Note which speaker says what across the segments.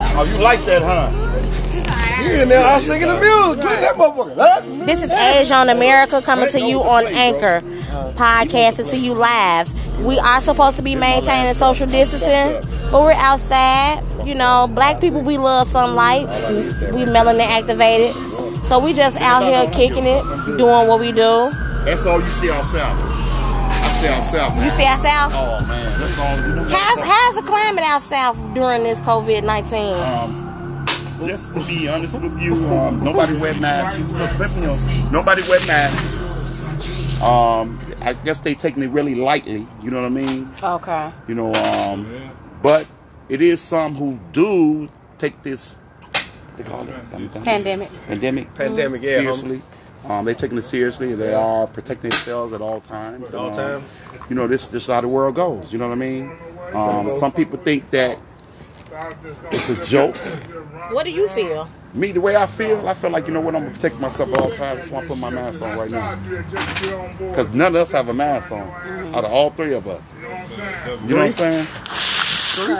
Speaker 1: Oh, you like that, huh? You in there, I was singing the music. Click that motherfucker. That-
Speaker 2: This is Age on America coming to you on Anchor, podcasting to you live. We are supposed to be maintaining social distancing, but we're outside. You know, black people, we love sunlight. We melanin activated. So we just out here kicking it, doing what we do.
Speaker 1: That's all you see out south. I see out south, man.
Speaker 2: You see ourselves?
Speaker 1: Oh, man. That's all. You know,
Speaker 2: How's, how's the climate out south during this COVID 19?
Speaker 1: Just to be honest with you, um, nobody wear masks. You know, Nobody wear masks. Um, I guess they taking it really lightly. You know what I mean?
Speaker 2: Okay.
Speaker 1: You know, um, but it is some who do take this. They call it
Speaker 2: Pandemic.
Speaker 1: Pandemic.
Speaker 3: Pandemic, yeah, homie.
Speaker 1: Seriously. Um, they're taking it seriously. They are protecting themselves at all times.
Speaker 3: At all
Speaker 1: And, um,
Speaker 3: times.
Speaker 1: You know, this this is how the world goes. You know what I mean? Um, some people think that it's a joke.
Speaker 2: What do you feel?
Speaker 1: Me, the way I feel, I feel like, you know what, I'm going to protect myself at all times. That's why I'm putting my mask on right now. Because none of us have a mask on, out of all three of us. You know what I'm saying?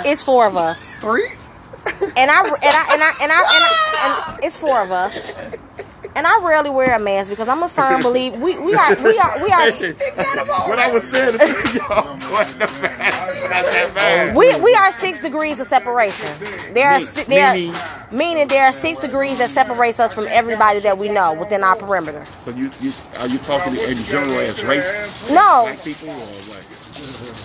Speaker 2: It's four of us.
Speaker 3: Three?
Speaker 2: and I and I and I and I, and I and it's four of us. And I rarely wear a mask because I'm a firm believer. We we are we are we are
Speaker 1: What I was saying is, y'all wearing the mask, but not that mask.
Speaker 2: we, we are six degrees of separation. There are si- there
Speaker 1: Meaning-
Speaker 2: are, meaning there are six degrees that separates us from everybody that we know within our perimeter.
Speaker 1: Oh. So you, you are you talking in general as race,
Speaker 2: No,
Speaker 1: black people, or what?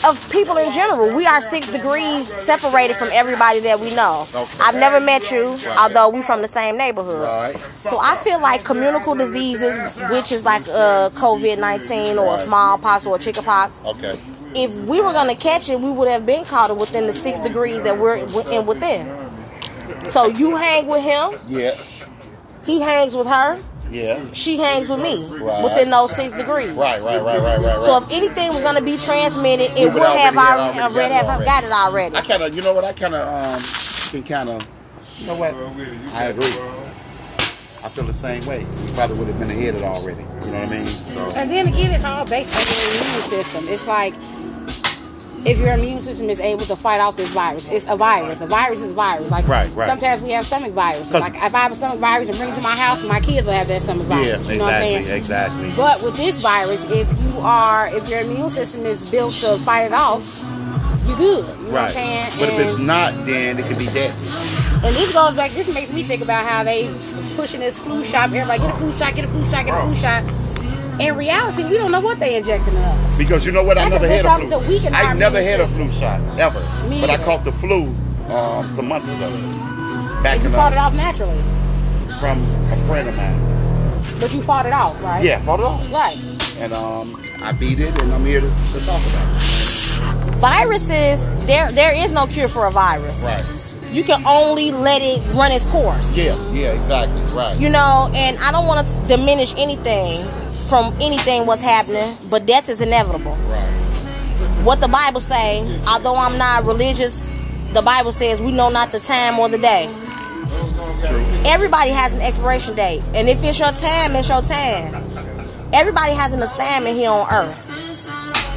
Speaker 2: of people in general, we are six degrees separated from everybody that we know. I've never met you, although we from the same neighborhood.
Speaker 1: Alright.
Speaker 2: So I feel like communicable diseases, which is like uh, COVID nineteen or smallpox or chickenpox,
Speaker 1: Okay.
Speaker 2: if we were gonna catch it, we would have been caught within the six degrees that we're in within. So you hang with him,
Speaker 1: Yeah.
Speaker 2: he hangs with her,
Speaker 1: Yeah.
Speaker 2: she hangs with me
Speaker 1: Right.
Speaker 2: within those six degrees.
Speaker 1: Right, right, right, right, right, right.
Speaker 2: So if anything was gonna be transmitted, it
Speaker 1: would
Speaker 2: would have
Speaker 1: already
Speaker 2: already,
Speaker 1: had already got
Speaker 2: already
Speaker 1: it
Speaker 2: have got it already.
Speaker 1: I kind of, you know what? I kind of um, can kind of, you know what? I agree. I feel the same way. You probably would have been ahead of it already. You know what I mean? So
Speaker 4: And then again, it's all based on your immune system. It's like if your immune system is able to fight off this virus, it's a virus. A virus is a virus. Like
Speaker 1: Right, right.
Speaker 4: sometimes we have stomach virus.
Speaker 1: 'Cause-
Speaker 4: Like if I have a stomach virus and bring it to my house, my kids will have that stomach virus.
Speaker 1: yeah,
Speaker 4: you know what I'm
Speaker 1: exactly,
Speaker 4: saying?
Speaker 1: exactly.
Speaker 4: But with this virus, if you are, if your immune system is built to fight it off, you're good. You know what I'm
Speaker 1: Right.
Speaker 4: saying?
Speaker 1: But if
Speaker 4: And-
Speaker 1: it's not, then it could be dead.
Speaker 4: and this goes back. This makes me think about how they pushing this flu shot. Everybody get a flu shot. Get a flu shot. Get a flu shot. In reality, we don't know what they injecting in us.
Speaker 1: Because you know what? I,
Speaker 4: That
Speaker 1: never
Speaker 4: could
Speaker 1: had
Speaker 4: do
Speaker 1: a
Speaker 4: something
Speaker 1: flu.
Speaker 4: to weaken
Speaker 1: I
Speaker 4: our
Speaker 1: never
Speaker 4: immune
Speaker 1: had a flu shot ever.
Speaker 4: Me
Speaker 1: but I
Speaker 4: either.
Speaker 1: caught the flu um, some months ago. Back
Speaker 4: You
Speaker 1: in
Speaker 4: fought it
Speaker 1: the,
Speaker 4: off naturally,
Speaker 1: from a friend of mine.
Speaker 4: but you fought it off, right?
Speaker 1: Yeah, fought it off.
Speaker 4: Right.
Speaker 1: And um, I beat it, and I'm here to, to talk about it.
Speaker 2: Viruses, there there is no cure for a virus.
Speaker 1: Right.
Speaker 2: You can only let it run its course.
Speaker 1: Yeah, yeah, exactly. Right.
Speaker 2: you know and i don't want to diminish anything from anything what's happening but death is inevitable
Speaker 1: Right.
Speaker 2: what the bible say although i'm not religious the bible says we know not the time or the day everybody has an expiration date and if it's your time it's your time everybody has an assignment here on earth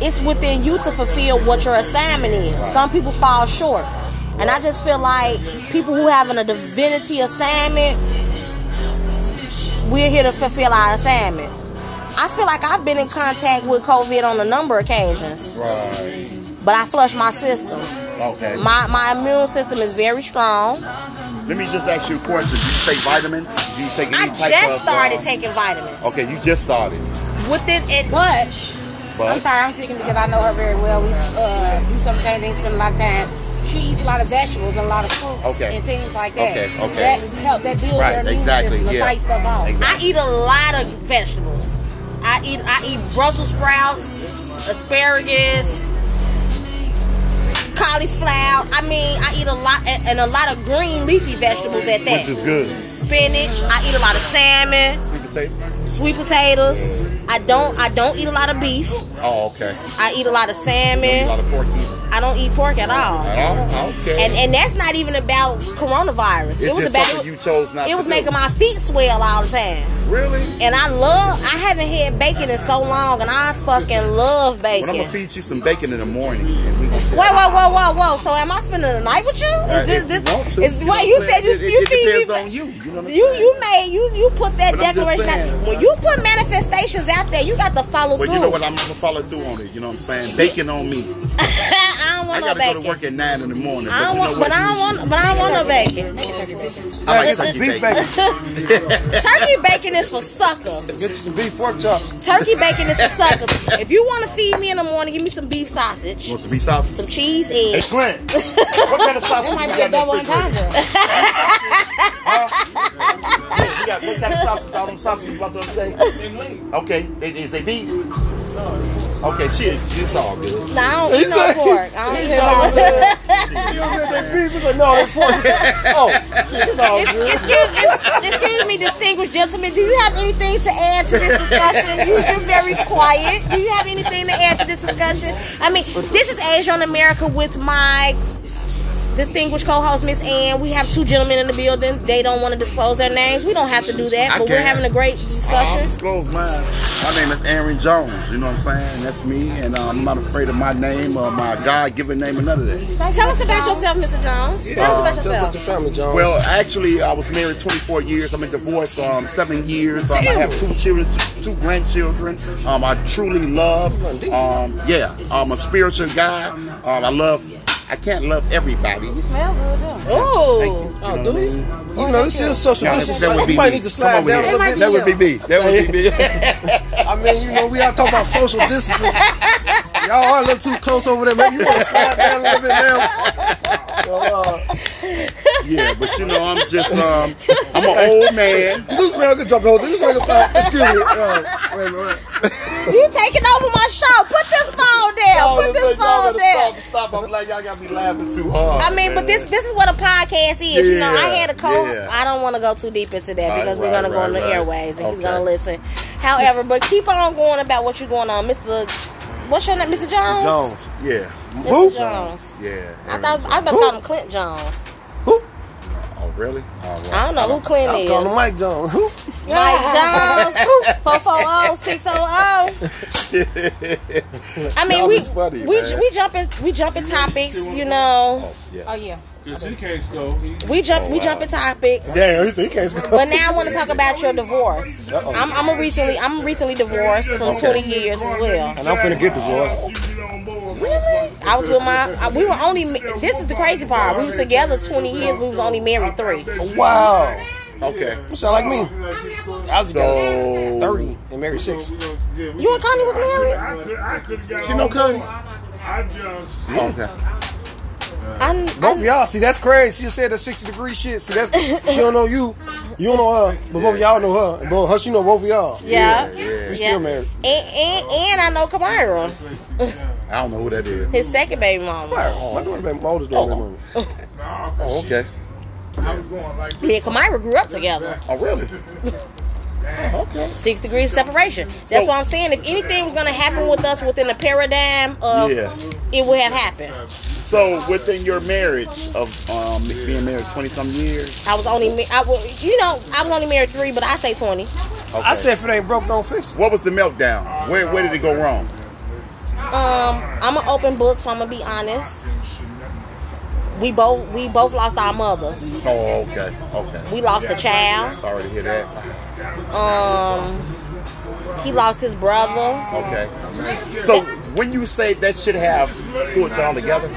Speaker 2: it's within you to fulfill what your assignment is some people fall short and i just feel like people who having a divinity assignment we're here to fulfill our assignment. I feel like I've been in contact with COVID on a number of occasions,
Speaker 1: Right.
Speaker 2: but I flush my system.
Speaker 1: Okay.
Speaker 2: My my immune system is very strong.
Speaker 1: Let me just ask you a question. Do you take vitamins? Do you take
Speaker 2: I
Speaker 1: any type of,
Speaker 2: just started
Speaker 1: uh,
Speaker 2: taking vitamins.
Speaker 1: Okay, you just started.
Speaker 2: With it, it
Speaker 4: But
Speaker 1: But
Speaker 4: I'm sorry, I'm speaking because I know her very well. We uh, do some same things, spend a lot of time. She eats a lot of vegetables and a lot of fruits
Speaker 1: Okay.
Speaker 4: and things like that.
Speaker 1: Okay, okay.
Speaker 4: That help. That builds
Speaker 1: Right,
Speaker 4: your immune
Speaker 1: exactly,
Speaker 4: system. to
Speaker 1: yeah.
Speaker 4: Fight stuff off.
Speaker 1: Exactly.
Speaker 2: I eat a lot of vegetables. I eat I eat Brussels sprouts, asparagus, cauliflower. I mean, I eat a lot and and a lot of green leafy vegetables at that.
Speaker 1: which is good.
Speaker 2: Spinach. I eat a lot of salmon.
Speaker 1: Sweet potato?
Speaker 2: sweet potatoes. I don't I don't eat a lot of beef.
Speaker 1: Oh, okay.
Speaker 2: I eat a lot of
Speaker 1: A
Speaker 2: salmon.
Speaker 1: lot of pork either.
Speaker 2: I don't eat pork at all.
Speaker 1: Oh, okay.
Speaker 2: And and that's not even about coronavirus.
Speaker 1: it's
Speaker 2: it was
Speaker 1: just
Speaker 2: about
Speaker 1: something you chose not.
Speaker 2: it was
Speaker 1: to
Speaker 2: making
Speaker 1: do.
Speaker 2: my feet swell all the time.
Speaker 1: really.
Speaker 2: And I love I haven't had bacon in so long and I fucking love
Speaker 1: Well, I'm
Speaker 2: bacon.
Speaker 1: gonna feed you some bacon in the morning, and we gonna sit
Speaker 2: Whoa,
Speaker 1: down.
Speaker 2: whoa, whoa, whoa, whoa! So am I spending the night with you? Is
Speaker 1: Uh,
Speaker 2: this
Speaker 1: if
Speaker 2: this?
Speaker 1: you want to.
Speaker 2: is
Speaker 1: know
Speaker 2: why
Speaker 1: what
Speaker 2: you
Speaker 1: I'm
Speaker 2: said
Speaker 1: saying?
Speaker 2: you
Speaker 1: it,
Speaker 2: you
Speaker 1: it
Speaker 2: feed
Speaker 1: depends
Speaker 2: me-
Speaker 1: on you. You know what I'm
Speaker 2: You
Speaker 1: saying?
Speaker 2: you made you you put that
Speaker 1: But I'm just
Speaker 2: declaration
Speaker 1: saying.
Speaker 2: out. When you put manifestations out there, you got to follow
Speaker 1: But
Speaker 2: through.
Speaker 1: you know what? I'm gonna follow through on it. You know what I'm saying? Bacon on me.
Speaker 2: I don't
Speaker 1: I
Speaker 2: want no
Speaker 1: gotta go
Speaker 2: bacon.
Speaker 1: to work at nine in the morning. but
Speaker 2: I don't
Speaker 1: you know
Speaker 2: want, but
Speaker 1: what?
Speaker 2: I don't want, but I don't want no bacon.
Speaker 1: I like
Speaker 3: Get
Speaker 1: turkey
Speaker 3: some beef
Speaker 1: bacon.
Speaker 3: bacon.
Speaker 2: Turkey bacon is for suckers.
Speaker 3: Get you some beef pork chops.
Speaker 2: Turkey bacon is for suckers. If you want to feed me in the morning, give me some beef sausage,
Speaker 1: Wants to be sausage?
Speaker 2: some cheese, eggs.
Speaker 3: Clint, what kind of sausage
Speaker 4: That
Speaker 3: you
Speaker 4: might be a
Speaker 3: got
Speaker 4: double
Speaker 3: in the refrigerator?
Speaker 4: entendre.
Speaker 1: You got what kind of sausage? All them sausages you bought the other day? Okay, they, is they beef? Okay, shit, it's all good.
Speaker 2: No, I don't eat no pork. I don't eat no pork.
Speaker 3: You don't get that beef? He's like, no, it's pork. Oh, shit, it's all good.
Speaker 2: Excuse, ex- excuse me, distinguished gentlemen. Do you have anything to add to this discussion? You, you're very quiet. Do you have anything to add to this discussion? I mean, this is Asia on America with my distinguished co-host Miss Ann. We have two gentlemen in the building. They don't want to disclose their names. We don't have to do that,
Speaker 1: I
Speaker 2: but we're
Speaker 1: can. Uh-huh.
Speaker 2: having a great
Speaker 1: I'll
Speaker 2: discussion.
Speaker 1: disclose mine. My name is Aaron Jones. You know what I'm saying? That's me, and uh, I'm not afraid of my name or my God-given name or none of that.
Speaker 2: Tell us about yourself, Mr. Jones. Tell us about
Speaker 3: Tell us about
Speaker 2: yourself.
Speaker 3: your family, John.
Speaker 1: Well, actually, I was married 24 years. I'm in divorce um, seven years. Um, I have two children, two, two grandchildren. Um, I truly love. Um, yeah, I'm a spiritual guy. Um, I love. I can't love everybody.
Speaker 4: You smell good, too.
Speaker 1: Oh, Thank you. You know
Speaker 2: Ooh.
Speaker 3: Oh,
Speaker 1: what I
Speaker 3: dude,
Speaker 1: mean?
Speaker 3: you know this is social
Speaker 1: No,
Speaker 3: distancing.
Speaker 1: that would be
Speaker 3: you might
Speaker 1: me.
Speaker 3: need to
Speaker 1: Come
Speaker 3: slide
Speaker 1: over
Speaker 3: down
Speaker 1: here.
Speaker 3: a little
Speaker 4: Everybody-
Speaker 3: bit.
Speaker 1: That would be me. That would be me.
Speaker 3: I mean, you know, we all talk about social distancing. Y'all are a little too close over there. Maybe you want to slide down a little bit now. So, uh,
Speaker 1: yeah, but you know, I'm just um, I'm an old man.
Speaker 3: you do smell good. Drop the whole thing. You smell good. Uh, excuse me. Uh, wait a minute. wait.
Speaker 2: You taking over my show. Put this phone down. Put this phone down.
Speaker 1: Stop, stop. I'm glad y'all got me laughing too hard.
Speaker 2: I mean, but this this is what a podcast is. you know, I
Speaker 1: Yeah,
Speaker 2: had a cold.
Speaker 1: yeah.
Speaker 2: I don't want to go too deep into that
Speaker 1: Right,
Speaker 2: because we're
Speaker 1: right,
Speaker 2: gonna go
Speaker 1: right,
Speaker 2: on the
Speaker 1: right.
Speaker 2: airways and he's
Speaker 1: Okay.
Speaker 2: gonna listen. However, but keep on going about what you're going on, Mister. What's your name, Mister Jones?
Speaker 3: Jones.
Speaker 1: Yeah,
Speaker 2: Mr.
Speaker 3: Who?
Speaker 2: Jones.
Speaker 1: yeah.
Speaker 2: I thought I was about to call him Clint Jones.
Speaker 3: Who?
Speaker 1: Oh, really? All right.
Speaker 2: I don't know who
Speaker 3: I
Speaker 2: Clint
Speaker 3: was
Speaker 2: is.
Speaker 3: calling Mike Jones. Who?
Speaker 2: Mike Jones. Four four zero six zero zero. I mean,
Speaker 1: Y'all
Speaker 2: we
Speaker 1: is funny,
Speaker 2: we
Speaker 1: man.
Speaker 2: we jumping we jumping topics. You
Speaker 1: Oh,
Speaker 2: know,
Speaker 1: yeah.
Speaker 4: Oh, yeah.
Speaker 5: Because he can't score. He,
Speaker 2: we jump we jumping topics.
Speaker 3: Damn, he can't score.
Speaker 2: But now I want to talk about your divorce. I'm, I'm a recently I'm recently divorced from 20 years as well.
Speaker 3: And I'm finna get divorced.
Speaker 5: Really?
Speaker 2: I was with my I- we were only ma- this is the crazy part. We was together 20 years. We was only married three.
Speaker 3: Wow.
Speaker 1: Okay.
Speaker 3: You sound like me. I was together
Speaker 1: So
Speaker 3: 30 and married six.
Speaker 2: You and Connie was married?
Speaker 1: She know Connie.
Speaker 5: I just.
Speaker 1: Okay.
Speaker 2: I'm,
Speaker 3: Both of
Speaker 2: I'm
Speaker 3: y'all, see, that's crazy. She just said that 60 degree shit. See, that's, she don't know you. You don't know her. But both of y'all know her. And both her, she know both of y'all.
Speaker 2: yeah.
Speaker 3: We
Speaker 1: Yeah.
Speaker 3: still married.
Speaker 2: And, and and I know Kamira,
Speaker 1: I don't know who that is.
Speaker 2: his second baby mama.
Speaker 3: Wow, My daughter, my oldest daughter, baby mama.
Speaker 1: Oh, okay.
Speaker 5: I was going like
Speaker 2: Me and Kamira grew up together.
Speaker 1: Oh, really? Okay.
Speaker 2: Six degrees separation. That's why I'm saying if anything was gonna happen with us within the paradigm of
Speaker 1: Yeah.
Speaker 2: it would have happened.
Speaker 1: So within your marriage of um, being married twenty some years,
Speaker 2: I was only ma- I was you know I was only married three, but I say 20.
Speaker 1: okay.
Speaker 3: I said if it ain't broke, don't fix it.
Speaker 1: what was the meltdown? Where where did it go wrong?
Speaker 2: Um, I'm an open book, so I'm gonna be honest. We both we both lost our mothers.
Speaker 1: Oh, okay, okay.
Speaker 2: We lost a child.
Speaker 1: Sorry to hear that.
Speaker 2: Um, he lost his brother.
Speaker 1: Okay. So when you say that should have pulled y'all together,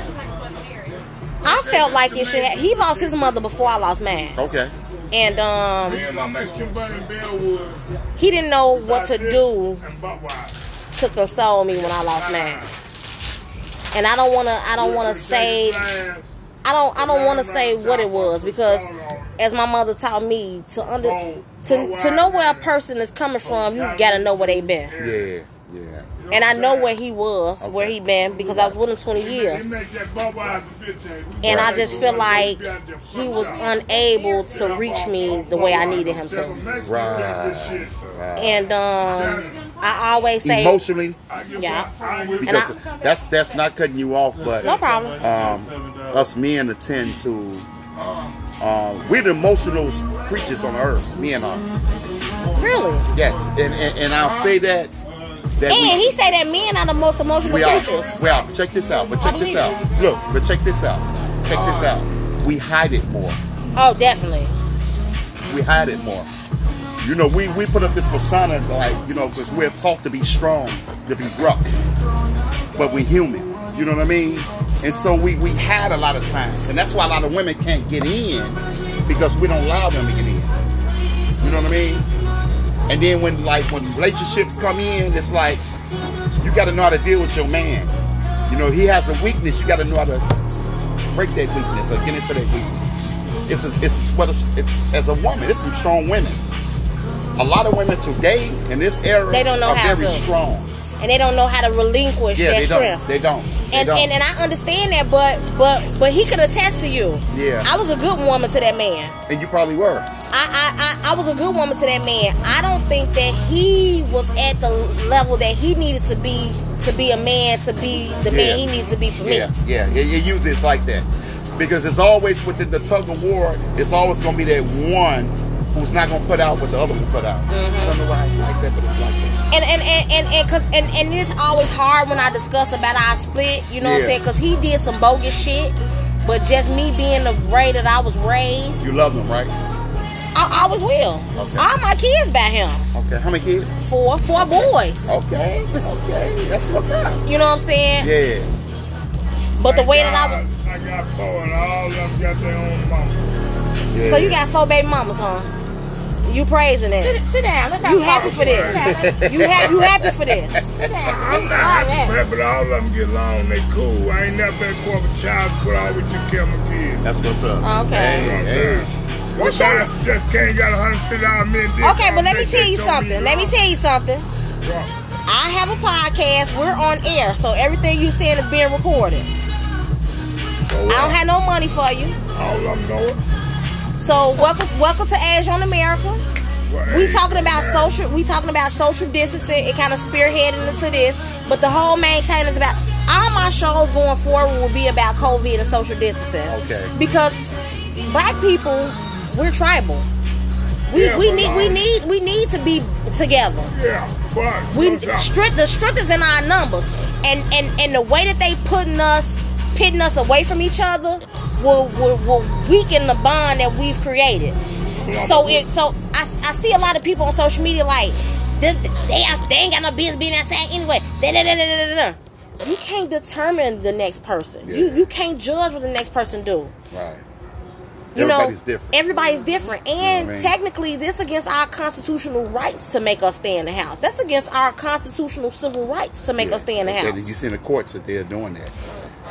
Speaker 2: I felt like it should. Ha- he lost his mother before I lost mine,
Speaker 1: okay.
Speaker 2: and um,
Speaker 5: me and my Mexican buddy Bellwood.
Speaker 2: he didn't know what to
Speaker 5: Dr.
Speaker 2: do
Speaker 5: And Buck Wild.
Speaker 2: to console me when I lost mine. And I don't wanna I don't wanna say I don't I don't want to say what it was because, as my mother taught me, to under to, to know where a person is coming from, you gotta know where they been.
Speaker 1: Yeah, yeah.
Speaker 2: and I know where he was, where he been, because I was with him 20
Speaker 5: They
Speaker 2: years.
Speaker 5: make that bubble out of the bitch tank. We
Speaker 2: And I
Speaker 5: gotta
Speaker 2: just
Speaker 5: go
Speaker 2: feel
Speaker 5: in
Speaker 2: like
Speaker 5: there, we got the
Speaker 2: he
Speaker 5: fuck
Speaker 2: was
Speaker 5: out.
Speaker 2: unable to reach me the way I needed him to.
Speaker 5: Right.
Speaker 2: And um, I always say,
Speaker 1: Emotionally,
Speaker 2: Yeah. And
Speaker 1: because
Speaker 2: I-
Speaker 1: that's that's not cutting you off, but
Speaker 2: no problem.
Speaker 1: um, us men attend to. Um, we're the emotional creatures on earth. Men are.
Speaker 2: Really?
Speaker 1: Yes, and and, and I'll say that. That
Speaker 2: And he say that men are the most emotional
Speaker 1: we are.
Speaker 2: creatures.
Speaker 1: We are. Check this out. But check this out. Look. But check this out. Check this out. We hide it more.
Speaker 2: Oh, definitely.
Speaker 1: We hide it more. You know, we, we put up this persona like, you know, because we're taught to be strong, to be rough, but we're human. You know what I mean? And so we, we hide a lot of times. And that's why a lot of women can't get in because we don't allow them to get in. You know what I mean? And then when like when relationships come in, it's like you gotta know how to deal with your man. You know, he has a weakness, you gotta know how to break that weakness or get into that weakness. It's a, it's what it's, it, as a woman, it's some strong women. A lot of women today in this era
Speaker 2: They don't know
Speaker 1: are
Speaker 2: how
Speaker 1: very
Speaker 2: to.
Speaker 1: strong.
Speaker 2: And they don't know how to relinquish
Speaker 1: Yeah,
Speaker 2: their
Speaker 1: they
Speaker 2: strength.
Speaker 1: don't. They don't. They
Speaker 2: and,
Speaker 1: don't.
Speaker 2: and and I understand that, but but but he could attest to you.
Speaker 1: Yeah.
Speaker 2: I was a good woman to that man.
Speaker 1: and you probably were.
Speaker 2: I, I, I, I was a good woman to that man. I don't think that he was at the level that he needed to be to be a man, to be
Speaker 1: Yeah.
Speaker 2: the man he needed to be for me.
Speaker 1: Yeah, yeah, yeah. You use it like that because it's always within the tug of war. It's always gonna be that one who's not gonna put out what the other one put out.
Speaker 2: Mm-hmm.
Speaker 1: I don't know why it's like that, but it's like that.
Speaker 2: And and and and and, cause, and and it's always hard when I discuss about our split. You know what
Speaker 1: Yeah.
Speaker 2: I'm saying? Because he did some bogus shit, but just me being the way that I was raised,
Speaker 1: You love them, right?
Speaker 2: I always will.
Speaker 1: Okay.
Speaker 2: All my kids by him.
Speaker 1: Okay. How many kids?
Speaker 2: Four four boys.
Speaker 1: Okay, okay. That's what's up.
Speaker 2: You know what I'm saying?
Speaker 1: Yeah.
Speaker 2: But the way that I was.
Speaker 5: I got four and all of them got their own mama.
Speaker 1: yeah.
Speaker 2: So you got four baby mamas, huh? You praising it?
Speaker 4: Sit, sit down. Let's have
Speaker 2: You
Speaker 4: a
Speaker 2: happy
Speaker 4: talk.
Speaker 2: for this?
Speaker 4: Sit down. Let's-
Speaker 2: You ha- you happy for this?
Speaker 4: sit down.
Speaker 5: I'm not happy for that, but all of them get along. They cool. I ain't never been caught with child, but I always took care of my kids.
Speaker 1: That's what's up.
Speaker 2: Oh, Okay.
Speaker 1: Hey, hey.
Speaker 5: What's
Speaker 2: your-
Speaker 5: that? Just can't got a hundred fifty dollars men.
Speaker 2: Okay, but let me tell you something. Let me tell you something.
Speaker 5: you.
Speaker 2: I have a podcast. We're on air, so everything you saying is being recorded. I don't have no money for you.
Speaker 5: All of them know it.
Speaker 2: So welcome, welcome to Age on America.
Speaker 5: Well,
Speaker 2: We
Speaker 5: hey,
Speaker 2: talking about
Speaker 5: man.
Speaker 2: social. We talking about social distancing. It kind of spearheading into this, but the whole main thing is about all my shows going forward will be about COVID and social distancing.
Speaker 1: Okay.
Speaker 2: Because black people, we're tribal. We,
Speaker 5: Yeah,
Speaker 2: we
Speaker 5: but
Speaker 2: need
Speaker 5: like-
Speaker 2: we need we need to be together.
Speaker 5: Yeah, but
Speaker 2: We
Speaker 5: no doubt.
Speaker 2: strength the strength is in our numbers, and and and the way that they putting us pitting us away from each other will will, will weaken the bond that we've created.
Speaker 5: Well,
Speaker 2: So
Speaker 5: I'm-
Speaker 2: it so I, I see a lot of people on social media like they they, are- they ain't got no business being outside anyway. Da, da, da, da, da, da, da. You can't determine the next person. You
Speaker 1: Yeah.
Speaker 2: you can't judge what the next person do.
Speaker 1: Right.
Speaker 2: You
Speaker 1: Everybody's
Speaker 2: know,
Speaker 1: different.
Speaker 2: Everybody's different, and
Speaker 1: what I mean?
Speaker 2: technically, this against our constitutional rights to make us stay in the house. That's against our constitutional civil rights to make
Speaker 1: Yeah.
Speaker 2: us stay in the
Speaker 1: And
Speaker 2: house.
Speaker 1: You see in the courts that they're doing that.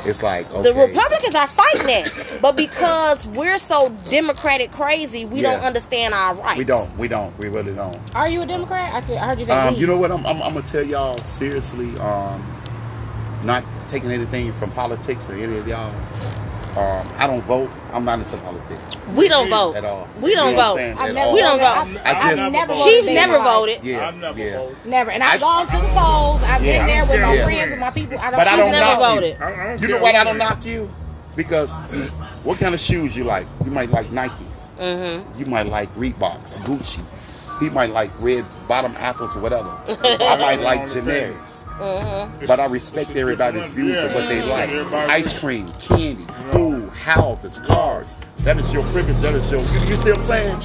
Speaker 1: It's like okay.
Speaker 2: The Republicans are fighting it, but because we're so Democratic crazy, we don't
Speaker 1: Yeah.
Speaker 2: understand our rights.
Speaker 1: We don't. We don't. We really don't.
Speaker 4: Are you a Democrat? I, said, I heard you say
Speaker 1: Um,
Speaker 4: we.
Speaker 1: you know what? I'm, I'm, I'm gonna tell y'all seriously. Um, not taking anything from politics or any of y'all. Um, I don't vote. I'm not into politics
Speaker 2: We don't vote.
Speaker 1: at all.
Speaker 2: We don't
Speaker 1: You know what I'm
Speaker 2: vote.
Speaker 1: saying?
Speaker 4: I've
Speaker 1: At
Speaker 4: never
Speaker 1: all.
Speaker 2: We don't
Speaker 4: voted.
Speaker 2: vote.
Speaker 4: I've,
Speaker 1: I
Speaker 4: I've
Speaker 1: just-
Speaker 4: never
Speaker 2: She's
Speaker 4: voted in
Speaker 2: never
Speaker 4: my life.
Speaker 2: voted.
Speaker 1: Yeah, yeah.
Speaker 4: Never. And I've
Speaker 1: I-
Speaker 4: gone to the polls. I've
Speaker 1: Yeah.
Speaker 4: been there with my
Speaker 1: Yeah.
Speaker 4: friends and my people. I don't,
Speaker 1: But I
Speaker 4: she's
Speaker 1: don't
Speaker 2: never
Speaker 1: knock
Speaker 2: voted.
Speaker 5: I- I don't
Speaker 1: You know
Speaker 5: care
Speaker 1: what? I
Speaker 5: what
Speaker 1: don't
Speaker 5: you-
Speaker 1: knock you because what kind of shoes you like? You might like Nikes. Mm-hmm. You might like Reeboks, Gucci. He might like red bottom apples or whatever. I might like generics.
Speaker 4: Mm-hmm.
Speaker 1: But I respect everybody's views of what they like. Ice cream, candy, food, houses, cars. That is your privilege. That is your. You, you see what I'm saying?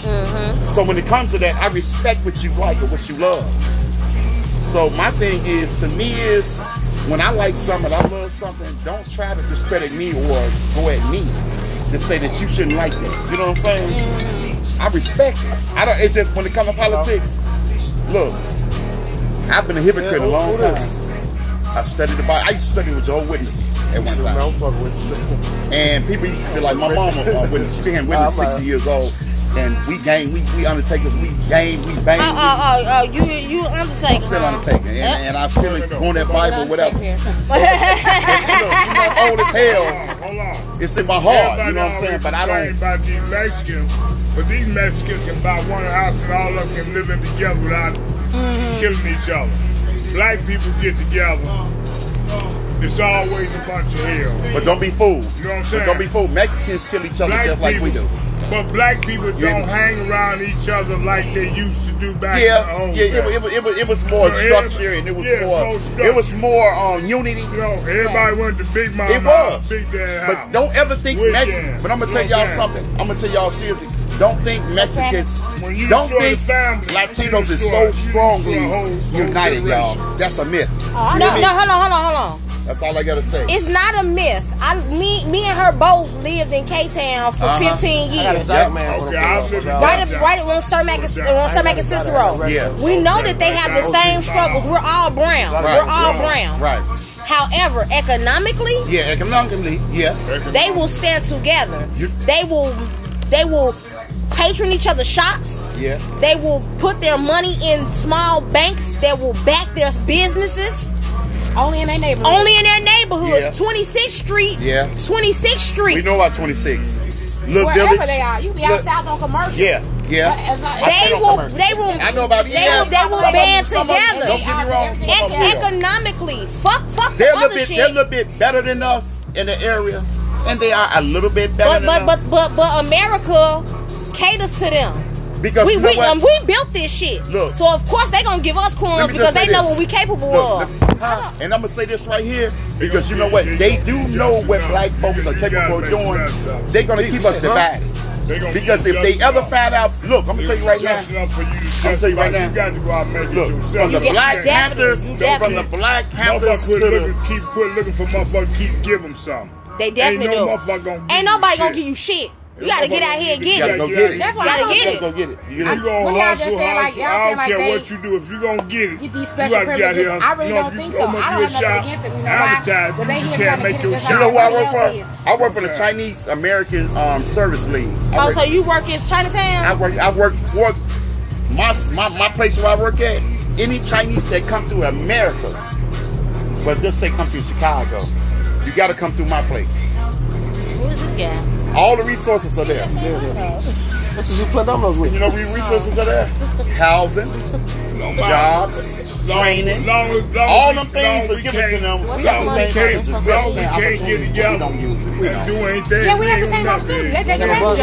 Speaker 1: So when it comes to that, I respect what you like and what you love. So my thing is, to me is, when I like something, I love something. Don't try to discredit me or go at me to say that you shouldn't like this. You know what I'm saying? I respect it. I don't. It's just when it comes to politics. Look, I've been a hypocrite a long time. I studied the Bible. I used to study with Joe Witness at one time.
Speaker 3: I'm fucking with you.
Speaker 1: And people used to be like, my mama uh, Whitney, she became Whitney
Speaker 3: Nah,
Speaker 1: at
Speaker 3: I'm
Speaker 1: 60 years old. and we game, we, we undertakers, we game, we bang.
Speaker 2: Oh,
Speaker 1: we-
Speaker 2: oh, oh, oh, you, you undertaking.
Speaker 1: I'm still undertaking, and, and I still on that Bible, whatever. You know, I'm old as hell.
Speaker 5: Hold on.
Speaker 1: It's in my heart, Oh, you know what I'm
Speaker 5: Everybody
Speaker 1: saying? But I
Speaker 5: always complain
Speaker 1: don't.
Speaker 5: About these Mexicans, but these Mexicans can buy one house and all of them can live in together without
Speaker 2: Mm-hmm.
Speaker 5: killing each other. Black people get together. It's always a bunch of hell.
Speaker 1: But don't be fooled.
Speaker 5: You know what I'm
Speaker 1: But
Speaker 5: saying?
Speaker 1: don't be fooled. Mexicans kill each other
Speaker 5: Black
Speaker 1: just like
Speaker 5: people,
Speaker 1: we do.
Speaker 5: But black people
Speaker 1: You-
Speaker 5: don't hang around each other like they used to do back
Speaker 1: Yeah,
Speaker 5: in the old
Speaker 1: yeah. It, wa-
Speaker 5: days.
Speaker 1: it, wa- it, wa- it was more
Speaker 5: Yeah,
Speaker 1: structure, and it was
Speaker 5: yeah, more
Speaker 1: more. It was
Speaker 5: structure.
Speaker 1: more um, unity.
Speaker 5: You know, everybody went to Big Mama.
Speaker 1: It was.
Speaker 5: Big Dad house.
Speaker 1: But don't ever think
Speaker 5: We're
Speaker 1: Mexicans.
Speaker 5: down.
Speaker 1: But I'm gonna tell
Speaker 5: We're
Speaker 1: y'all
Speaker 5: down.
Speaker 1: something. I'm gonna tell y'all seriously. Don't think Mexicans.
Speaker 5: When you
Speaker 1: Don't
Speaker 5: destroy the
Speaker 1: think
Speaker 5: family, you
Speaker 1: Latinos is
Speaker 5: destroy-
Speaker 1: so
Speaker 5: you destroy
Speaker 1: strongly
Speaker 5: a whole- whole
Speaker 1: united, y'all. That's a myth.
Speaker 2: No, no, hold on, hold on, hold on.
Speaker 1: That's all I gotta say.
Speaker 2: Uh, It's not a myth. I, me, me and her both lived in K Town for
Speaker 1: Uh-huh.
Speaker 2: 15
Speaker 3: I got a
Speaker 2: years.
Speaker 3: dark man.
Speaker 5: Okay, I'm living
Speaker 2: Right, up- right on Cermak and on Cermak and Cicero.
Speaker 1: Yeah.
Speaker 2: We know that they have the same struggles. We're all brown.
Speaker 1: Right.
Speaker 2: We're all brown.
Speaker 1: Right.
Speaker 2: However, economically,
Speaker 1: Yeah. Economically. Yeah.
Speaker 2: they will stand together.
Speaker 1: You-
Speaker 2: They will, they will patron each other's shops.
Speaker 1: Yeah.
Speaker 2: They will put their money in small banks that will back their businesses
Speaker 4: Only in their neighborhood.
Speaker 2: only in their neighborhoods.
Speaker 1: Yeah.
Speaker 2: 26th Street.
Speaker 1: Yeah.
Speaker 2: 26th Street.
Speaker 1: We know about 26. Little
Speaker 4: wherever
Speaker 1: village.
Speaker 4: they are. You be
Speaker 1: Look-
Speaker 4: out south on commercial.
Speaker 1: Yeah. Yeah.
Speaker 4: As long-
Speaker 2: they
Speaker 1: don't
Speaker 2: will.
Speaker 1: come
Speaker 2: They will.
Speaker 1: I know about-
Speaker 2: They
Speaker 1: yeah,
Speaker 2: will. They
Speaker 1: some of
Speaker 2: will
Speaker 1: 'em-
Speaker 2: band
Speaker 1: some of 'em-
Speaker 2: together.
Speaker 1: don't get me wrong,
Speaker 4: Ec-
Speaker 1: some of 'em
Speaker 2: Ec-
Speaker 1: will.
Speaker 2: economically, fuck, fuck the
Speaker 1: They're a
Speaker 2: other
Speaker 1: little bit.
Speaker 2: shit.
Speaker 1: They're a little bit better than us in the area, and they are a little bit better
Speaker 2: but but
Speaker 1: than
Speaker 2: but
Speaker 1: us
Speaker 2: but but America caters to them.
Speaker 1: because
Speaker 2: We
Speaker 1: you know
Speaker 2: we,
Speaker 1: what?
Speaker 2: um, we built this shit.
Speaker 1: Look.
Speaker 2: so of course they gonna give us
Speaker 1: Let
Speaker 2: corns
Speaker 1: me
Speaker 2: because
Speaker 1: just say
Speaker 2: they know
Speaker 1: this.
Speaker 2: what we capable
Speaker 1: Look,
Speaker 2: of.
Speaker 1: let- huh? and I'm gonna say this right here because you know what? They do know what black folks are capable of doing. They're gonna keep us divided because if they ever find out, look, I'm gonna tell you right now.
Speaker 5: I'm
Speaker 1: tell you right now.
Speaker 5: You got to go out and make
Speaker 1: Look,
Speaker 5: it
Speaker 1: from
Speaker 5: yourself.
Speaker 1: the
Speaker 2: You
Speaker 1: Black
Speaker 2: definitely-
Speaker 1: Panthers,
Speaker 2: you
Speaker 1: from the
Speaker 2: definitely-
Speaker 1: Black Panthers
Speaker 5: Motherfuckers
Speaker 1: to
Speaker 5: quit
Speaker 1: the
Speaker 5: looking, keep quit looking for motherfuckers. Keep give them something.
Speaker 2: They definitely
Speaker 5: Ain't no
Speaker 2: do.
Speaker 5: Motherfucker gonna give
Speaker 2: Ain't
Speaker 5: you
Speaker 2: nobody
Speaker 5: shit.
Speaker 2: gonna give you shit. You gotta get out here and
Speaker 5: You
Speaker 2: get
Speaker 1: gotta
Speaker 2: it.
Speaker 1: go get it.
Speaker 4: That's why
Speaker 2: Gotta
Speaker 4: I don't
Speaker 2: get
Speaker 4: get
Speaker 2: it.
Speaker 1: Go get it. You
Speaker 5: You
Speaker 1: know?
Speaker 5: gonna
Speaker 4: When y'all
Speaker 5: hustle,
Speaker 4: just saying, like,
Speaker 5: hustle,
Speaker 4: y'all
Speaker 5: I
Speaker 4: saying,
Speaker 5: don't
Speaker 4: like,
Speaker 5: care
Speaker 4: they-
Speaker 5: what you do. If you gonna get it,
Speaker 4: Get these
Speaker 5: you
Speaker 4: special
Speaker 5: gotta get out
Speaker 4: privileges.
Speaker 5: here.
Speaker 4: I really
Speaker 5: you know,
Speaker 4: don't
Speaker 5: if
Speaker 4: think
Speaker 5: you
Speaker 4: so.
Speaker 5: come up with
Speaker 4: I don't have
Speaker 5: your shop,
Speaker 4: nothing against it. You know why? 'Cause they
Speaker 5: Advertise,
Speaker 4: here
Speaker 5: you can't
Speaker 4: trying to
Speaker 5: make
Speaker 4: get
Speaker 5: your
Speaker 4: it just
Speaker 1: You
Speaker 5: shop.
Speaker 1: know where I work
Speaker 4: What else is?
Speaker 1: for? I work for the Chinese American um, Service League. I
Speaker 2: Oh,
Speaker 1: work,
Speaker 2: so you work in
Speaker 1: I
Speaker 2: Chinatown?
Speaker 1: work. I work. Work. My, my my place where I work at. Any Chinese that come through America, but just say come through Chicago, you got to come through my place.
Speaker 2: Who is this guy?
Speaker 1: All the resources are there.
Speaker 3: What you put dominoes with?
Speaker 1: You know, we resources are there. Housing, jobs, training.
Speaker 5: Long, as- long,
Speaker 1: All
Speaker 5: as
Speaker 1: them
Speaker 5: we-
Speaker 1: things
Speaker 5: long
Speaker 1: are
Speaker 5: we
Speaker 1: given to
Speaker 5: can't-
Speaker 1: them. We got
Speaker 5: Long
Speaker 1: the
Speaker 5: as
Speaker 1: same
Speaker 5: we
Speaker 1: things.
Speaker 5: can't,
Speaker 1: We
Speaker 5: long
Speaker 1: got the
Speaker 5: as we
Speaker 1: same
Speaker 5: can't get
Speaker 1: opportunities. We
Speaker 5: together
Speaker 1: don't use it. We
Speaker 5: and do
Speaker 1: don't.
Speaker 5: anything.
Speaker 4: Yeah, we have the
Speaker 5: ain't
Speaker 4: same
Speaker 5: nothing.
Speaker 4: opportunity. They take
Speaker 3: Yeah,
Speaker 4: advantage
Speaker 3: but-
Speaker 4: of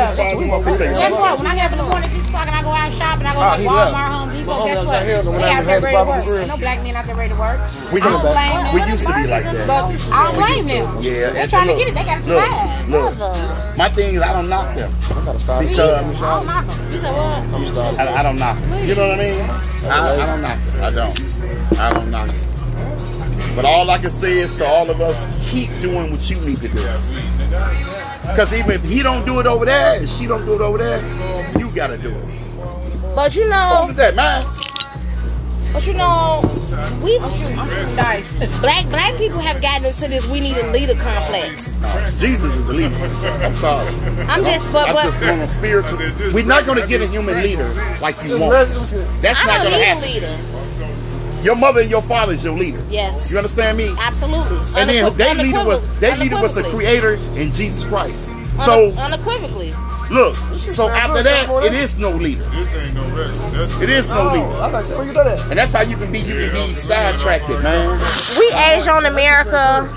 Speaker 4: it. Guess what? When I have in the morning, 6 o'clock, and I go out shopping, I go
Speaker 3: Ah,
Speaker 4: to
Speaker 3: he
Speaker 4: Walmart,
Speaker 3: left.
Speaker 4: Home
Speaker 3: Well,
Speaker 1: Oh,
Speaker 4: Depot, guess
Speaker 3: homie, I heard him
Speaker 4: what?
Speaker 3: when
Speaker 4: They
Speaker 3: I
Speaker 4: out
Speaker 3: was
Speaker 4: there
Speaker 3: at
Speaker 4: ready to
Speaker 3: Bobby
Speaker 4: work.
Speaker 3: Grill.
Speaker 4: No black men out there ready to work.
Speaker 1: We
Speaker 4: I don't
Speaker 1: used-
Speaker 4: blame them.
Speaker 1: we used to be like that.
Speaker 4: But I don't blame them.
Speaker 1: Yeah,
Speaker 4: They're
Speaker 1: and-
Speaker 4: trying to
Speaker 1: and
Speaker 4: get it. They got to
Speaker 1: look,
Speaker 4: survive.
Speaker 1: Look, look. My thing is, I don't knock them.
Speaker 3: I gotta
Speaker 1: Me?
Speaker 3: start. I'm
Speaker 4: I don't
Speaker 3: starting.
Speaker 4: knock 'em.
Speaker 2: You said what?
Speaker 3: I'm starting.
Speaker 1: I, I don't knock them. You know what I mean? I, I don't knock them. I don't. I don't knock them. But all I can say is to all of us, keep doing what you need to do. Because even if he don't do it over there, and she don't do it over there, you got to do it.
Speaker 2: But you
Speaker 1: What
Speaker 2: know,
Speaker 1: was that, man?
Speaker 2: but you know, we
Speaker 4: I'm shooting dice.
Speaker 2: black black people have gotten into this we need a leader complex.
Speaker 1: No, Jesus is the leader. I'm sorry.
Speaker 2: I'm just but
Speaker 1: I'm
Speaker 2: but
Speaker 1: just on a spiritual. We're not going to get a human leader like you want.
Speaker 3: Well,
Speaker 1: That's
Speaker 2: I
Speaker 1: not
Speaker 2: don't
Speaker 1: going to
Speaker 2: need a
Speaker 1: happen.
Speaker 2: leader.
Speaker 1: Your mother and your father is your leader.
Speaker 2: Yes.
Speaker 1: You understand me?
Speaker 2: Absolutely.
Speaker 1: And then
Speaker 2: Unequiv-
Speaker 1: they leader was they
Speaker 2: unequivocally.
Speaker 1: leader was the
Speaker 2: Unequivocally.
Speaker 1: creator in Jesus Christ.
Speaker 2: Une-
Speaker 1: So
Speaker 2: unequivocally.
Speaker 1: look, so after that, it is no leader.
Speaker 5: This ain't no record.
Speaker 1: It is no leader.
Speaker 3: Oh, I like where you know that.
Speaker 1: And that's how you can be you can be sidetracked, man.
Speaker 2: We Asian America.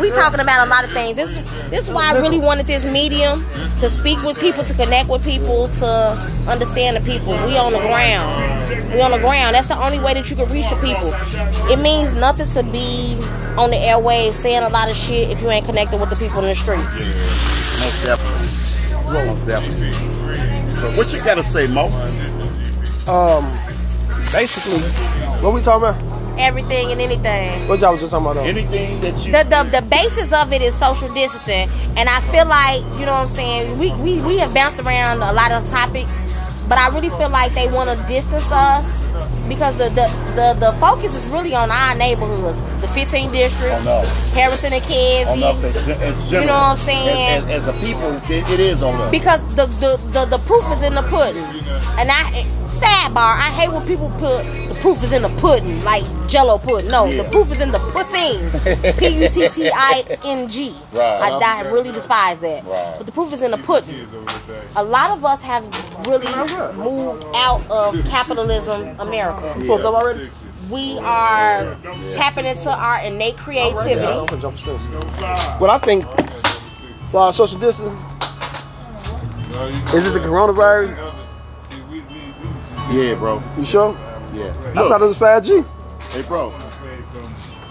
Speaker 2: We talking about a lot of things. This this is why I really wanted this medium to speak with people, to connect with people, to understand the people. We on the ground. We on the ground. That's the only way that you can reach the people. It means nothing to be on the airways saying a lot of shit if you ain't connected with the people in the streets.
Speaker 1: Most definitely. Most definitely. So what you gotta say, Mo?
Speaker 3: Um, basically, what we talking about?
Speaker 2: Everything and anything.
Speaker 3: What y'all was just talking about? though?
Speaker 1: Anything that you
Speaker 2: the, the the basis of it is social distancing, and I feel like you know what I'm saying. We we we have bounced around a lot of topics, but I really feel like they want to distance us because the the, the, the focus is really on our neighborhoods, the 15th district,
Speaker 1: On us.
Speaker 2: Harrison and Kesey.
Speaker 1: On us, it's, it's
Speaker 2: You know what I'm saying?
Speaker 1: As, as, as a people, it, it is on us.
Speaker 2: because the, the, the, the proof is in the pudding. And I sidebar, I hate when people put the proof is in the pudding, like Jello pudding. No,
Speaker 1: Yeah.
Speaker 2: the proof is in the pudding. P U T T I N G.
Speaker 1: Right.
Speaker 2: I, I really despise that.
Speaker 1: Right.
Speaker 2: But the proof is in the pudding. A lot of us have really moved out of capitalism America.
Speaker 3: Fucked up already?
Speaker 2: We are tapping into our innate creativity.
Speaker 3: Yeah, I'm gonna jump the fence. But I think for our social distancing, is it the coronavirus?
Speaker 1: Yeah, bro.
Speaker 3: You sure?
Speaker 1: Yeah.
Speaker 3: I thought it
Speaker 1: Look,
Speaker 3: was 5G.
Speaker 1: hey, bro.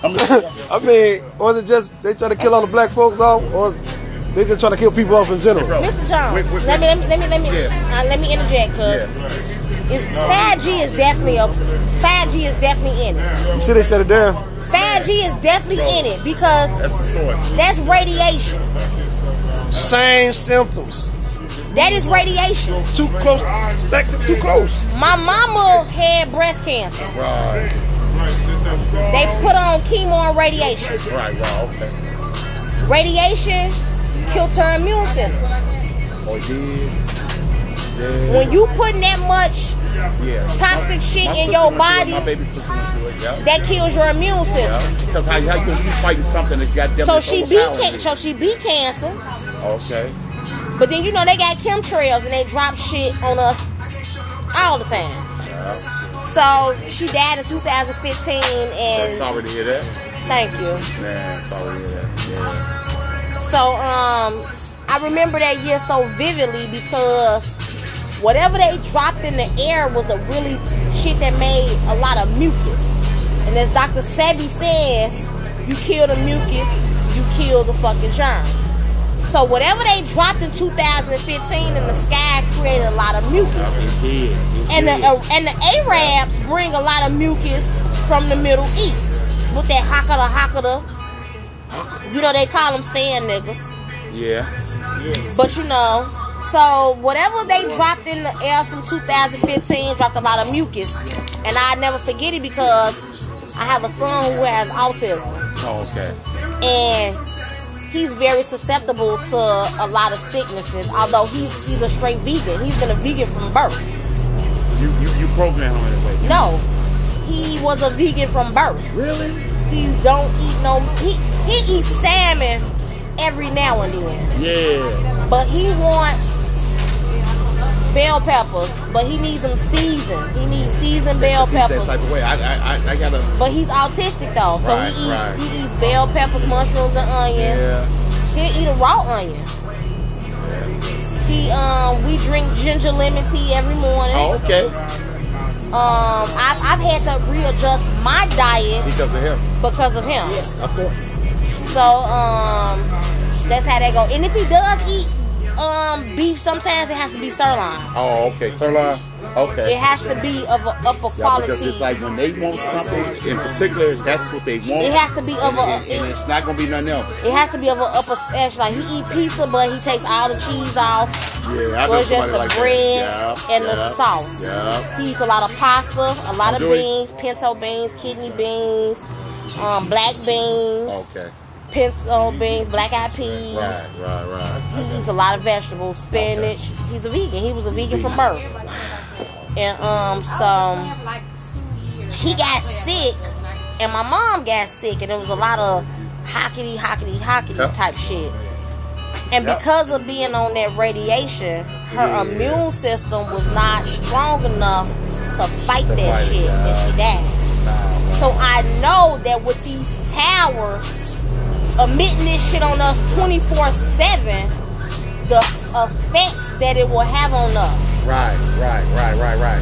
Speaker 1: I'm just,
Speaker 3: I mean, was it just they trying to kill all the black folks off, or they just trying to kill people off in general?
Speaker 1: bro.
Speaker 2: Mr. Jones,
Speaker 1: Wait, wait,
Speaker 2: let me let me let me let me,
Speaker 1: Yeah.
Speaker 2: uh, let me interject, cause it's 5G is definitely a 5G is definitely in it.
Speaker 3: You see, they shut it down.
Speaker 2: 5G is definitely in it because
Speaker 1: That's the source.
Speaker 2: that's radiation.
Speaker 3: Same symptoms.
Speaker 2: That is radiation.
Speaker 3: Too close. Back to too close.
Speaker 2: My mama had breast cancer.
Speaker 1: Right,
Speaker 2: They put on chemo and radiation.
Speaker 1: right, right. Okay.
Speaker 2: Radiation killed her immune system.
Speaker 1: Oh, yeah.
Speaker 2: When you putting that much
Speaker 1: Yeah. yeah.
Speaker 2: toxic shit
Speaker 1: My
Speaker 2: in
Speaker 1: sister
Speaker 2: your
Speaker 1: went through it.
Speaker 2: body,
Speaker 1: My baby sister went through it, yeah.
Speaker 2: that kills your immune system.
Speaker 1: Because how, how you you fighting something that's got them
Speaker 2: So she beat can- so she beat cancer.
Speaker 1: Okay.
Speaker 2: But then you know they got chemtrails and they drop shit on us all the time. So she died in 2015,
Speaker 1: Yeah,
Speaker 2: and
Speaker 1: sorry to hear that.
Speaker 2: thank you.
Speaker 1: Man, sorry to hear that. Yeah.
Speaker 2: So um, I remember that year so vividly because whatever they dropped in the air was a really shit that made a lot of mucus. And as Dr. Sebi says, you kill the mucus, you kill the fucking germs. So whatever they dropped in 2015 in the sky created a lot of mucus.
Speaker 1: I mean, it did. It
Speaker 2: and the
Speaker 1: did.
Speaker 2: uh, and the Arabs bring a lot of mucus from the Middle East with that hakada hakada. You know they call them sand niggas,
Speaker 1: yeah.
Speaker 2: but you know. So whatever they dropped in the air from 2015 dropped a lot of mucus, and I never forget it because I have a son who has autism
Speaker 1: Oh, okay.
Speaker 2: and he's very susceptible to a lot of sicknesses. Although he's he's a straight vegan, he's been a vegan from birth.
Speaker 1: You you you program her that way.
Speaker 2: No, he was a vegan from birth.
Speaker 1: Really?
Speaker 2: He don't eat no. He he eats salmon every now and then,
Speaker 1: Yeah.
Speaker 2: but he wants bell peppers. But he needs them seasoned. He needs seasoned bell
Speaker 1: He's that
Speaker 2: peppers.
Speaker 1: type of way. I I I, I gotta.
Speaker 2: But he's autistic though, so
Speaker 1: Right,
Speaker 2: he eats
Speaker 1: right.
Speaker 2: he eats bell peppers, mushrooms, and onions.
Speaker 1: Yeah.
Speaker 2: He'll eat a raw onion. He um we drink ginger lemon tea every morning.
Speaker 1: Oh, okay.
Speaker 2: Um I've I've had to readjust my diet
Speaker 1: Because of him.
Speaker 2: because of him.
Speaker 1: Of course.
Speaker 2: So um, that's how that go. And if he does eat um beef, sometimes it has to be sirloin.
Speaker 1: Oh, okay. Sirloin. Okay.
Speaker 2: It has to be of a upper
Speaker 1: Yeah,
Speaker 2: quality.
Speaker 1: because it's like when they want something in particular, that's what they want.
Speaker 2: It has to be
Speaker 1: and,
Speaker 2: of a
Speaker 1: and it's not gonna be nothing else.
Speaker 2: it has to be of an upper edge. Like he eat pizza, but he takes all the cheese off.
Speaker 1: Yeah, I know
Speaker 2: Or just
Speaker 1: somebody
Speaker 2: the
Speaker 1: like that.
Speaker 2: bread
Speaker 1: Yeah,
Speaker 2: and
Speaker 1: yeah,
Speaker 2: the sauce.
Speaker 1: Yeah.
Speaker 2: He eats a lot of pasta, a lot of
Speaker 1: Doing-
Speaker 2: beans, pinto beans, kidney beans, um, black beans,
Speaker 1: Okay.
Speaker 2: pinto beans, black eyed peas.
Speaker 1: Oh. Right. Right. Right.
Speaker 2: He eats a lot of vegetables, spinach. He's a vegan. He was a vegan from birth. And um, so he got sick, and my mom got sick, and it was a lot of hockety, hockety, hockety
Speaker 1: Yeah.
Speaker 2: type shit. And
Speaker 1: Yeah.
Speaker 2: because of being on that radiation, her immune system was not strong enough to fight that
Speaker 1: fight it,
Speaker 2: shit, and she died. So I know that with these towers emitting this shit on us 24 7, the effects that it will have on us.
Speaker 1: Right. Right. Right. Right. Right.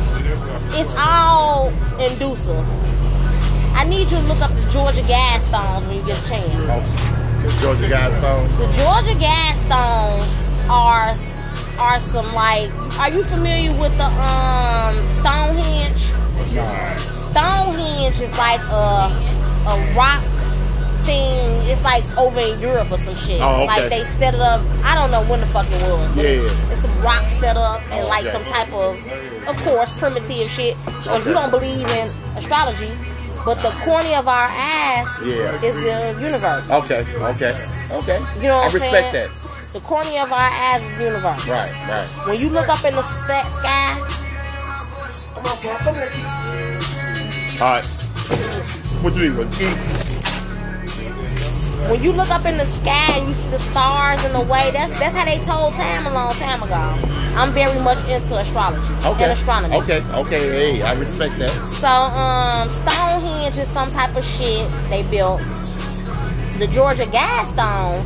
Speaker 2: It's all inducer. I need you to look up the Georgia gas stones when you get a chance.
Speaker 1: Oh, Georgia guys song.
Speaker 2: The Georgia gas stones are are some like are you familiar with the um Stonehenge? Stonehenge is like a a rock thing. It's like over in Europe or some shit.
Speaker 1: Oh, okay.
Speaker 2: Like they set it up. I don't know when the fuck it was. but
Speaker 1: Yeah.
Speaker 2: It's some rock set up and
Speaker 1: Oh,
Speaker 2: like
Speaker 1: okay.
Speaker 2: some type of, of course, primitive shit. Because
Speaker 1: Okay.
Speaker 2: you don't believe in astrology, but the corner of our ass
Speaker 1: Yeah.
Speaker 2: is the universe.
Speaker 1: Okay, okay, okay.
Speaker 2: You know what
Speaker 1: I
Speaker 2: am
Speaker 1: respect
Speaker 2: saying?
Speaker 1: that.
Speaker 2: The corner of our ass is the universe.
Speaker 1: Right, right.
Speaker 2: When you look up in the sta- sky,
Speaker 1: All right. What you need? What, eat?
Speaker 2: when you look up in the sky and you see the stars in the way, that's that's how they told time a long time ago. I'm very much into astrology
Speaker 1: Okay.
Speaker 2: and astronomy.
Speaker 1: Okay, okay. Hey, I respect that.
Speaker 2: So, um, Stonehenge is some type of shit they built. The Georgia Guidestones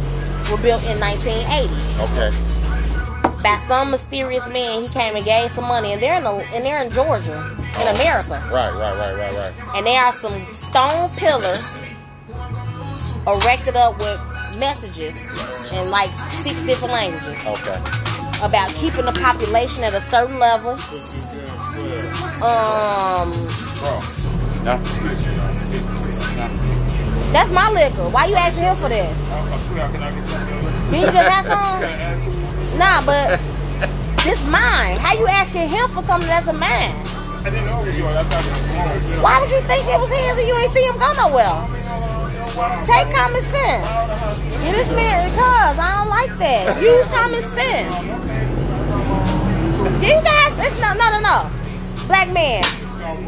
Speaker 2: were built in 1980
Speaker 1: Okay.
Speaker 2: by some mysterious man. He came and gave some money, and they're in the, and they're in Georgia, in America,
Speaker 1: Right, right, right, right, right.
Speaker 2: and there are some stone pillars erected up with messages in like six different languages
Speaker 1: Okay.
Speaker 2: about keeping the population at a certain level. Um,
Speaker 1: No.
Speaker 2: that's my liquor. Why you asking him for this? Did you just have some? Nah, but this mine. How you asking him for something that's a mine? Why did you think it was his and you ain't see him go nowhere? Take common sense. You this man because I don't like that. Use common sense. You guys, it's no, no, no, no, black man.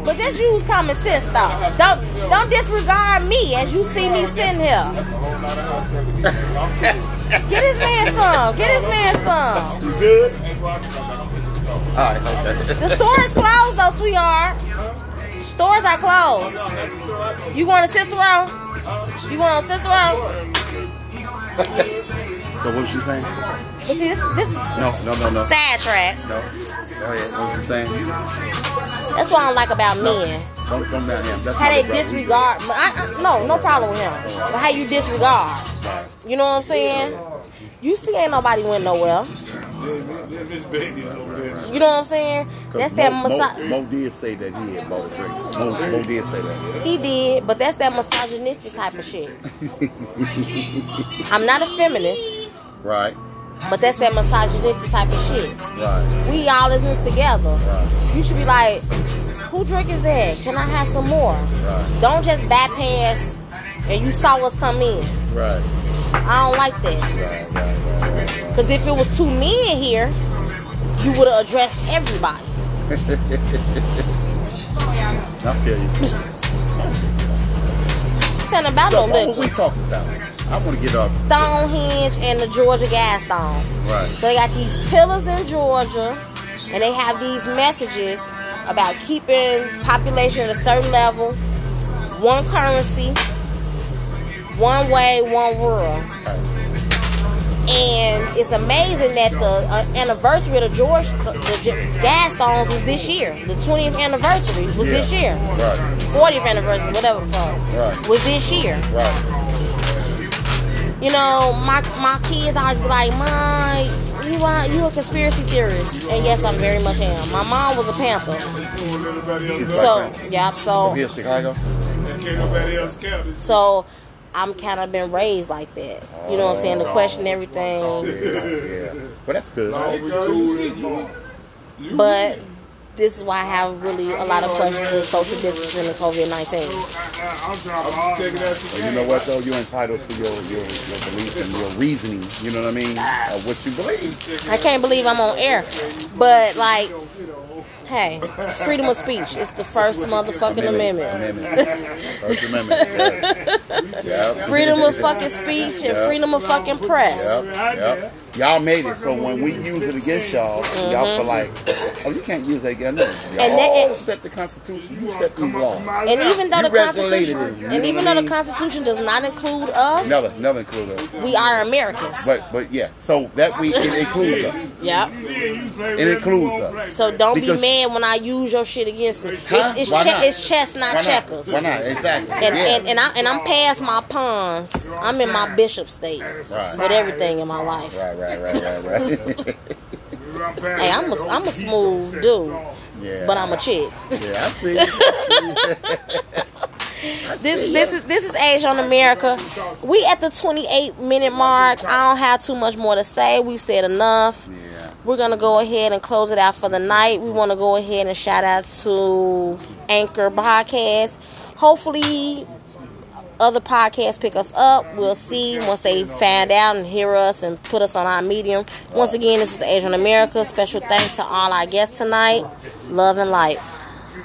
Speaker 2: But just use common sense though. Don't don't disregard me as you see me sitting here. Get his man some. Get his man some.
Speaker 1: You good? All right. Okay.
Speaker 2: The store is closed though, sweetheart. Stores are closed. You going to Cicero? You going on Cicero?
Speaker 1: so what was you saying?
Speaker 2: But see, this, this is
Speaker 1: No, no, no, no.
Speaker 2: sidetrack.
Speaker 1: No. Go ahead. What was you saying?
Speaker 2: That's what I don't like about men.
Speaker 1: Don't come down here. That's
Speaker 2: How
Speaker 1: my
Speaker 2: they
Speaker 1: brother.
Speaker 2: disregard. I, I, no, no problem with him. But how you disregard. You know what I'm saying? You see, ain't nobody went nowhere.
Speaker 5: This baby's over there.
Speaker 2: You know what I'm saying? That's that
Speaker 1: Mo,
Speaker 2: massage.
Speaker 1: Mo, Mo did say that he had Mo drink. Mo, Mo did say that.
Speaker 2: He did, but that's that misogynistic type of shit. I'm not a feminist,
Speaker 1: Right.
Speaker 2: but that's that misogynistic type of shit.
Speaker 1: Right.
Speaker 2: We all in this together. You should be like, who drink is that? Can I have some more?
Speaker 1: Right.
Speaker 2: Don't just bypass and you saw us come in.
Speaker 1: Right.
Speaker 2: I don't like that.
Speaker 1: Right. Right. Right. right.
Speaker 2: Because if it was two men here, you would have addressed everybody.
Speaker 1: I feel you.
Speaker 2: It's not about
Speaker 1: So
Speaker 2: no
Speaker 1: what were we
Speaker 2: liquor.
Speaker 1: talking about? I want to get up.
Speaker 2: Stonehenge and the Georgia gas stones.
Speaker 1: Right.
Speaker 2: So they got these pillars in Georgia, and they have these messages about keeping population at a certain level, one currency, one way, one world. And it's amazing that the uh, anniversary of the George the G- Gaston's was this year. The 20th anniversary was
Speaker 1: Yeah.
Speaker 2: this year.
Speaker 1: Right.
Speaker 2: 40th anniversary, whatever the fuck,
Speaker 1: Right.
Speaker 2: was this year
Speaker 1: Right.
Speaker 2: you know, my my kids always be like, "Mom, you are you a conspiracy theorist?" And yes, I'm very much am. My mom was a Panther,
Speaker 5: Can't nobody else
Speaker 1: It's
Speaker 2: so
Speaker 1: like that.
Speaker 2: yeah,
Speaker 1: We
Speaker 2: so
Speaker 1: in Chicago.
Speaker 5: Can't nobody else count it.
Speaker 2: so I'm kind of been raised like that. You know what I'm saying? To question everything,
Speaker 1: Yeah. Well, that's good.
Speaker 5: It was cool as fuck.
Speaker 2: but this is why I have really a lot of questions with social distancing and COVID nineteen.
Speaker 5: I- I- I'm talking all taking that
Speaker 1: But you know what though? You're entitled to your your, your belief and your reasoning. You know what I mean? Of what you believe.
Speaker 2: I can't believe I'm on air. But like, hey, freedom of speech. It's the first motherfucking amendment.
Speaker 1: Amendment. First Amendment. yes. Yep.
Speaker 2: Freedom of fucking speech and freedom of fucking press.
Speaker 1: Yep. Yep. Y'all made it, so when we use it against y'all, y'all feel like, oh, you can't use that again. No.
Speaker 2: Mm-hmm. And that-
Speaker 1: Y'all set the Constitution. You set these laws.
Speaker 2: And even though
Speaker 1: You
Speaker 2: the
Speaker 1: regulated
Speaker 2: Constitution,
Speaker 1: it, you
Speaker 2: and
Speaker 1: know
Speaker 2: even
Speaker 1: what I
Speaker 2: though the
Speaker 1: mean?
Speaker 2: Constitution does not include us,
Speaker 1: Another, another included. us.
Speaker 2: we are Americans.
Speaker 1: But but yeah, so that we it includes us.
Speaker 2: Yep.
Speaker 1: It includes us.
Speaker 2: So don't
Speaker 1: Because-
Speaker 2: be mad when I use your shit against me.
Speaker 1: Huh?
Speaker 2: It's, it's,
Speaker 1: Why
Speaker 2: che-
Speaker 1: not?
Speaker 2: it's chess, not
Speaker 1: Why not?
Speaker 2: checkers.
Speaker 1: Why not? Exactly.
Speaker 2: And,
Speaker 1: yeah.
Speaker 2: and, and, I, and I'm past my pawns. I'm in my bishop state
Speaker 1: Right.
Speaker 2: with everything in my life.
Speaker 1: right, right, right, right, right.
Speaker 2: Hey, I'm a, I'm a smooth dude,
Speaker 1: yeah.
Speaker 2: but I'm a chick.
Speaker 1: Yeah, I see. I see.
Speaker 2: this this is this is Age on America. We at the 28 minute mark. I don't have too much more to say. We've said enough.
Speaker 1: Yeah.
Speaker 2: We're gonna go ahead and close it out for the night. We want to go ahead and shout out to Anchor Podcast. Hopefully, other podcasts pick us up. We'll see once they find out and hear us and put us on our medium. Once again, this is Age on America. Special thanks to all our guests tonight. Love and light.